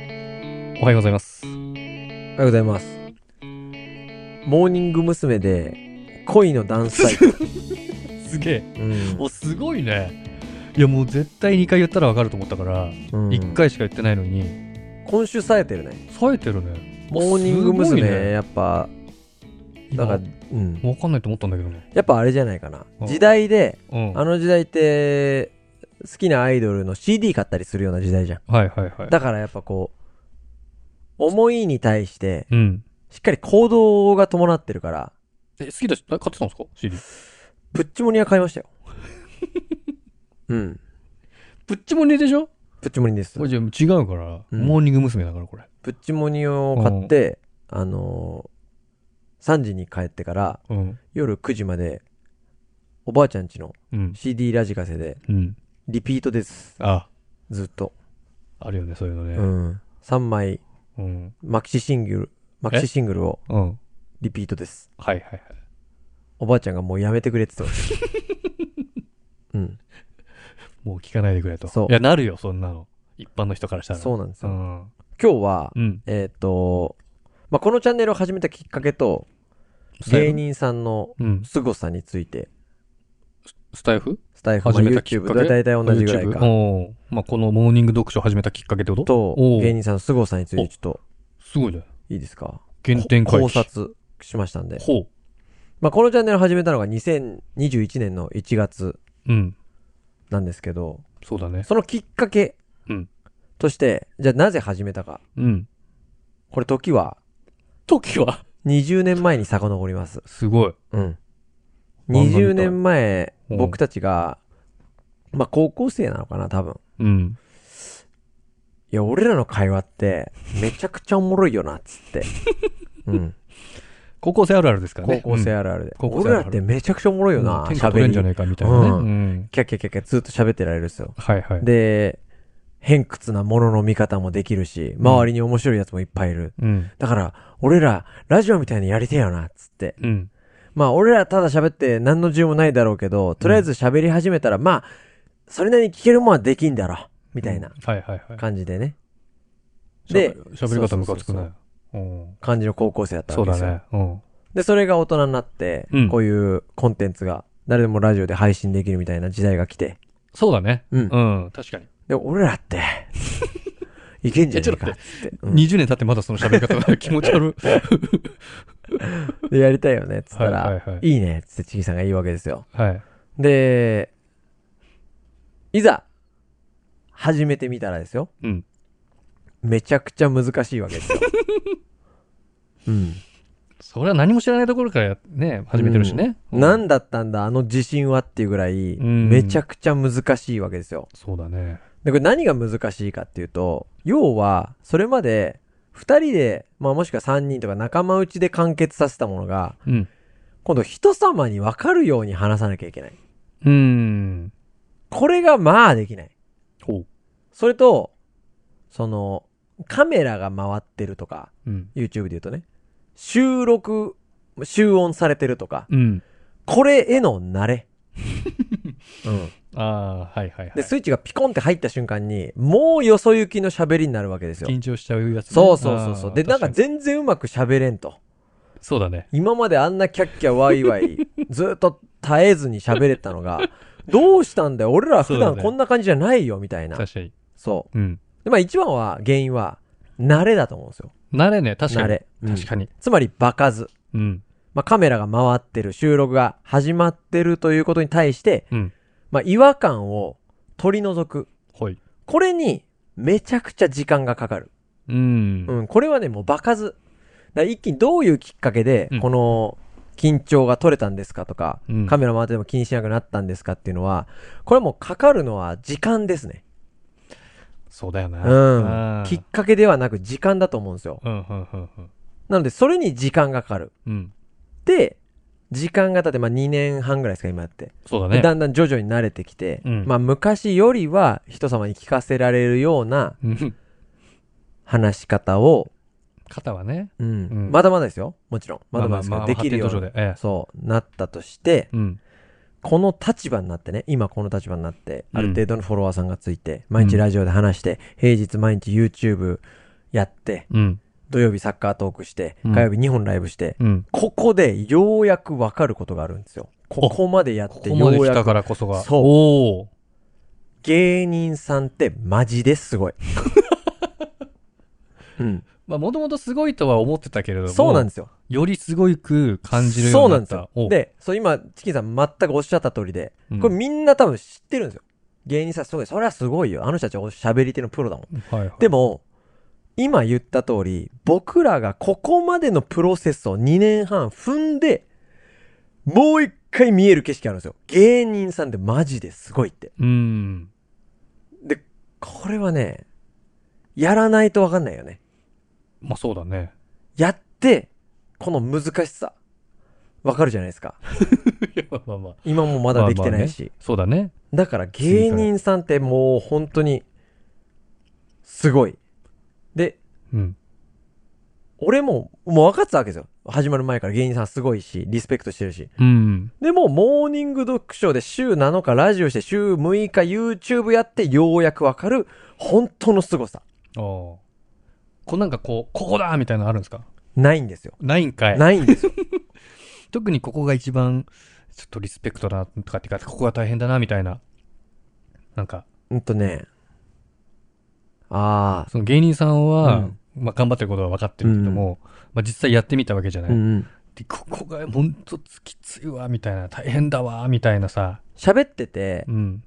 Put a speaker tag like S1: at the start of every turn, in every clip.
S1: おはようございます。
S2: おはようございます。モーニング娘。で恋のダンスサイト。
S1: すげえ。
S2: うん
S1: お、すごいね。いや、もう絶対2回言ったらわかると思ったから、
S2: うん
S1: 1回しか言ってないのに、
S2: 今週冴えてるね。
S1: 冴えてるね。
S2: モーニング
S1: すごい
S2: 娘。
S1: ね
S2: やっぱ、
S1: 今
S2: なんか、
S1: わ
S2: うん。
S1: かんないと思ったんだけどね。
S2: やっぱあれじゃないかな
S1: う。ん
S2: 時代で、
S1: うん。
S2: あの時代って、好きなアイドルの CD 買ったりするような時代じゃん。
S1: はいはいはい。
S2: だからやっぱこう、思いに対して、
S1: うん。
S2: しっかり行動が伴ってるから、
S1: え、好きだし、え買ってたんですか ?CD。
S2: プッチモニア買いまし たよ。うん。
S1: プッチモニでしょ
S2: プッチモニです
S1: こ。れじゃあ違うから、
S2: うん
S1: モーニング娘。だからこれ。
S2: プッチモニを買って、あのー3時に帰ってから
S1: うん。
S2: 夜9時までおばあちゃんちの
S1: うん。
S2: CD ラジカセで
S1: うん。
S2: リピートです
S1: あ、
S2: ずっと、
S1: あるよね、そういうの
S2: う
S1: ね。
S2: ん、3枚
S1: うん。
S2: マキシシングルマキシシングルを
S1: うん。はい
S2: リピートです
S1: はいはい。
S2: おばあちゃんがもうやめてくれって言ってました うん
S1: もう聞かないでくれと。
S2: そう
S1: いや、なるよ、そんなの。一般の人からしたら。
S2: そうなんです
S1: う
S2: よ、
S1: ん。
S2: 今日は
S1: うん。
S2: えっ、と、まあ、このチャンネルを始めたきっかけと芸。人さんの
S1: うん。
S2: 凄さについて
S1: スタイフ
S2: スタイフも
S1: 始めたきっ
S2: YouTube
S1: かけ
S2: 大体同じぐらいか
S1: YouTube おーまあ、このモーニング読書を始めたきっかけってこと
S2: と
S1: おー
S2: 芸人さんの凄さについてちょっと
S1: すごいね。
S2: いいですか
S1: 原点回帰。
S2: 考察しましたんで、
S1: ほ
S2: まあ、このチャンネル始めたのが2021年の1月
S1: う。うん。
S2: なんですけど
S1: そうだね。
S2: そのきっかけ
S1: うん
S2: として、じゃあなぜ始めたか
S1: うん。
S2: これ時は
S1: 時は
S2: 20年前に遡ります、
S1: すごい。
S2: うん、
S1: 漫画みたい
S2: 20年前
S1: うん
S2: 僕たちが、まあ、高校生なのかな多分
S1: うん。
S2: いや俺らの会話ってめちゃくちゃおもろいよなっつ って、うん、
S1: 高校生あるあるですから
S2: 高
S1: ね。
S2: 校生
S1: あ
S2: あるあるで、
S1: 高校生あ
S2: 俺
S1: るある
S2: らってめちゃくちゃおもろい
S1: る
S2: よな
S1: 天下取れんじゃ
S2: り
S1: ねえかみたいなね。
S2: う
S1: うん。
S2: キャッキャッキャッキャずっと喋ってられるんですよ
S1: はいはい。
S2: で、偏屈なものの見方もできるし、周りに面白いやつもいっぱいいる。
S1: うん。
S2: だから、俺ら、ラジオみたいにやりてえよな、つって。
S1: うん。
S2: まあ、俺らただ喋って何の自由もないだろうけど、とりあえず喋り始めたら、まあ、それなりに聞けるもんはできんだろう、みたいな
S1: はいはいはい。
S2: 感じでね。
S1: で
S2: で、
S1: 喋り方ムカつくない。うん
S2: 感じの高校生だった
S1: そ
S2: わ
S1: う
S2: けで
S1: だ
S2: すよ。
S1: ね。うん。
S2: で、それが大人になって、
S1: うん
S2: こういうコンテンツが、誰でもラジオで配信できるみたいな時代が来て、
S1: そうだね。
S2: うん
S1: うん。確かに。
S2: で、俺 らって、いけんじゃねえか、つって。うん
S1: 20年経ってまだその喋り方が気持ち 悪い。
S2: で、やりたいよね、つったら、
S1: はい
S2: い
S1: はいはい
S2: いね、つってチキさんが言うわけですよ。
S1: はい。
S2: で、いざ、始めてみたらですよ。
S1: うん。
S2: めちゃくちゃ難しいわ けですよ。うん。
S1: それは何も知らないところからやね、始めてるしね。う
S2: 何だったんだ、あの自信はっていうぐらい、
S1: うん
S2: めちゃくちゃ難しいわけですよ。
S1: そうだね。
S2: で、これ何が難しいかっていうと、要は、それまで、二人で、まあもしくは三人とか仲間内で完結させたものが、
S1: うん。
S2: 今度人様に分かるように話さなきゃいけない。
S1: うん。
S2: これがまあできない。
S1: ほう。
S2: それと、その、カメラが回ってるとか、
S1: うん。
S2: YouTube で言うとね、収録、集音されてるとか、
S1: うん。
S2: これへの 慣れ。うん。
S1: ああ、はいはいはい。
S2: で、スイッチがピコンって入った瞬間に、もうよそ行きの喋りになるわけですよ。
S1: 緊張しちゃうやつね、
S2: そうそうそうそう。で、
S1: あー
S2: な
S1: 確
S2: んか
S1: に
S2: 全然うまく喋れんと。
S1: そうだね。
S2: 今まであんなキャッキャワイワ イ、ずっと絶えずに喋れたのが、どうしたんだよ俺ら普
S1: そうだ
S2: 段
S1: ね
S2: こんな感じじゃないよ、みたいな。
S1: 確かに。
S2: そ
S1: うん。
S2: う。で、まあ一番は、原因は、慣れだと思うんですよ。
S1: 慣れね、確かに。
S2: 慣れ。うん
S1: 確かに。
S2: つまり場数。
S1: うん。
S2: まあ、カメラが回ってる、収録が始まってるということに対して、
S1: うん。
S2: まあ、違和感を取り除く。
S1: ほい。
S2: これに、めちゃくちゃ時間がかかる。
S1: うん。
S2: うん、これはね、もう場数。だから一気にどういうきっかけで
S1: うん、
S2: この、緊張が取れたんですかとか、
S1: うん
S2: カメラ回ってても気にしなくなったんですかっていうのは、これはもうかかるのは時間ですね。
S1: そうだよね。
S2: うん。
S1: き
S2: きっかけではなく時間だと思うんですよ。
S1: うん、うん、うん、うん。
S2: なので、それに時間がかかる。
S1: うん。
S2: で、時間が経って、まあ2年半ぐらいですか、今やって。
S1: そうだ
S2: で
S1: ね。
S2: だんだん徐々に慣れてきて、
S1: うん
S2: まあ昔よりは人様に聞かせられるような
S1: うん
S2: 話し方を、
S1: 肩はね。
S2: うん
S1: うん
S2: まだまだですよもちろんまだまだですけど、できるよう
S1: 発
S2: に、
S1: 展途上で。ええ。
S2: そうなったとして
S1: うん。
S2: この立場になってね今この立場になって
S1: うん
S2: ある程度のフォロワーさんがついて、毎日ラジオで話して、平日毎日 YouTube やって、
S1: うん。
S2: 土曜日サッカートークして、
S1: うん
S2: 火曜日2本ライブして、
S1: うん。
S2: ここでようやくわかることがあるんですよ。ここまでや
S1: こ
S2: って
S1: こ
S2: よ
S1: まで
S2: う
S1: 来た
S2: やく。
S1: からこそが。
S2: そう
S1: おー
S2: 芸人さんってマジで すごい。うん。
S1: まあ、もともとすごいとは思ってたけれども。。
S2: そうなんですすよ。
S1: よりすごく感じるよ
S2: そうう
S1: に
S2: な
S1: なんっ
S2: です
S1: た
S2: よ。。で、そう今、チキンさん全くおっしゃった通りで、
S1: うん
S2: これみんな多分知ってるんですよ。芸人さんすごい。それはすごいよ。あの人たちおしゃべり手のプロだもん。
S1: おはいはい
S2: でも、今言った通り、僕らがここまでのプロセスを2年半踏んで、もう一回見える景色あるんですよ。芸人さんってマジですごいって。
S1: うん。
S2: で、これはね、やらないとわかんないよね。
S1: まあ、そうだね。
S2: やって、この難しさ、わかるじゃないですか。
S1: いやまあまあまあ。
S2: 今も まだできてないし。
S1: まあまあねそうだね。
S2: だから芸人さんってもう本当に、すごい。で、
S1: うん。
S2: 俺も、もう分かってたわけですよ。始まる前から芸人さんすごいし、リスペクトしてるし。
S1: うん。
S2: でも、モーニング読書で週7日ラジオして、週6日 YouTube やって、ようやく分かる、本当の凄さ。
S1: ああ。こうなんかこう、ここだみたいなのあるんですか
S2: ないんですよ。
S1: ないんかい。
S2: ないんですよ。
S1: 特にここが一番、ちょっとリスペクトだなとかっていうか、ここが大変だなみたいな。なんか、
S2: うんとね。あ
S1: その芸人さんは、
S2: うん
S1: まあ頑張ってることは分かってるけども、まあ実際やってみたわけじゃな
S2: あ。
S1: い。
S2: うんうん。
S1: で、ここがほんときついわ、みたいな、大変だわ、みたいなさ。
S2: 喋ってて、
S1: うん。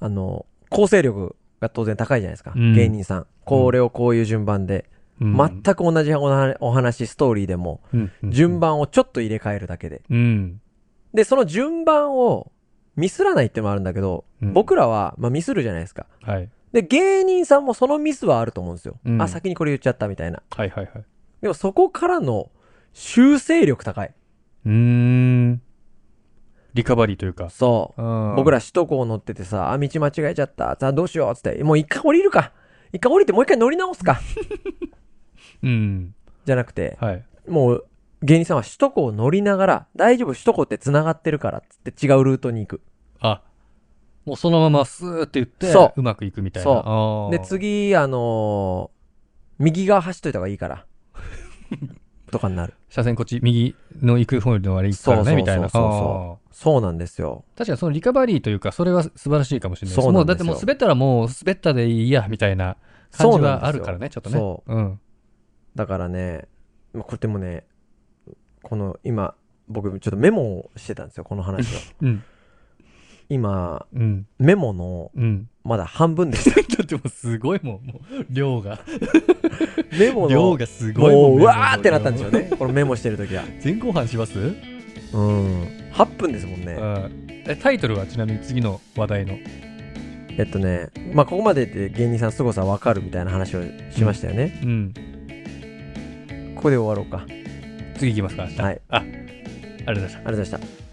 S2: あの、構成力が当然高いじゃないですか。
S1: うん
S2: 芸人さん。これをこういう順番で。
S1: うん
S2: 全、く同じお話お話、ストーリーでも、
S1: うんうん
S2: 順。番をちょっと入れ替えるだけで。
S1: うん。
S2: で、その順番をミスらないってのもあるんだけど、
S1: うん
S2: 僕らは、まあ、ミスるじゃないですか。
S1: はい。
S2: で、芸人さんもそのミスはあると思うんですよ。
S1: うん
S2: あ、先にこれ言っちゃったみたいな。
S1: はいはいはい。
S2: でもそこからの修正力高い。
S1: うーん。リカバリーというか。
S2: そう。僕
S1: 僕
S2: ら首都高乗っててさ、あ、道間違えちゃった。さあ、どうしようっつって、もう一回降りるか。一回降りてもう一回乗り直すか。
S1: うん。
S2: じゃなくて、
S1: はい。
S2: もう、芸人さんは首都高を乗りながら、大丈夫、首都高って繋がってるから、つって違うルートに行
S1: あ、もうそのままスーって言って、
S2: そう
S1: まくいくみたいな。
S2: そう
S1: そ
S2: く。で、次、あのー右側走っといた方がい いから。とかになる。
S1: 車線こっち、右の行く方よりのあれ行くから
S2: そうそうそう
S1: ね、みたいな。
S2: そうそう
S1: あー
S2: そうなんですよ。
S1: 確かにそのリカバリーというか、それは素晴らしいかもしれない
S2: そう
S1: も
S2: なん
S1: うだっ
S2: で
S1: て
S2: すよ
S1: もう滑ったらもう滑ったでいいや、みたいな感じはあるからね、ちょっとね。。
S2: そう
S1: ん。
S2: だからね、まあこれでもね、この、今、僕、ちょっとメモをしてたんですよ、この話 を。
S1: うん。
S2: 今、
S1: うん。
S2: メモの、
S1: うん。
S2: まだ半分でし た。
S1: だってもうすごいもん、もう量が。
S2: メモの、
S1: 量がすごいもん
S2: も。う、
S1: メモ
S2: う
S1: の
S2: わーってなったんですよね。このメモしてる時は。
S1: 量。前後半します、
S2: うん。8分ですもんね。
S1: うんえタイトルはちなみに次の話題の。
S2: えっとね、まあ、ここまでで芸人さん凄さわかるみたいな話をしましたよね。
S1: うん。
S2: ここで終わろうか。あり
S1: 次いきますか。明日
S2: はい。
S1: あ、ありがとうございました。
S2: がとうございました。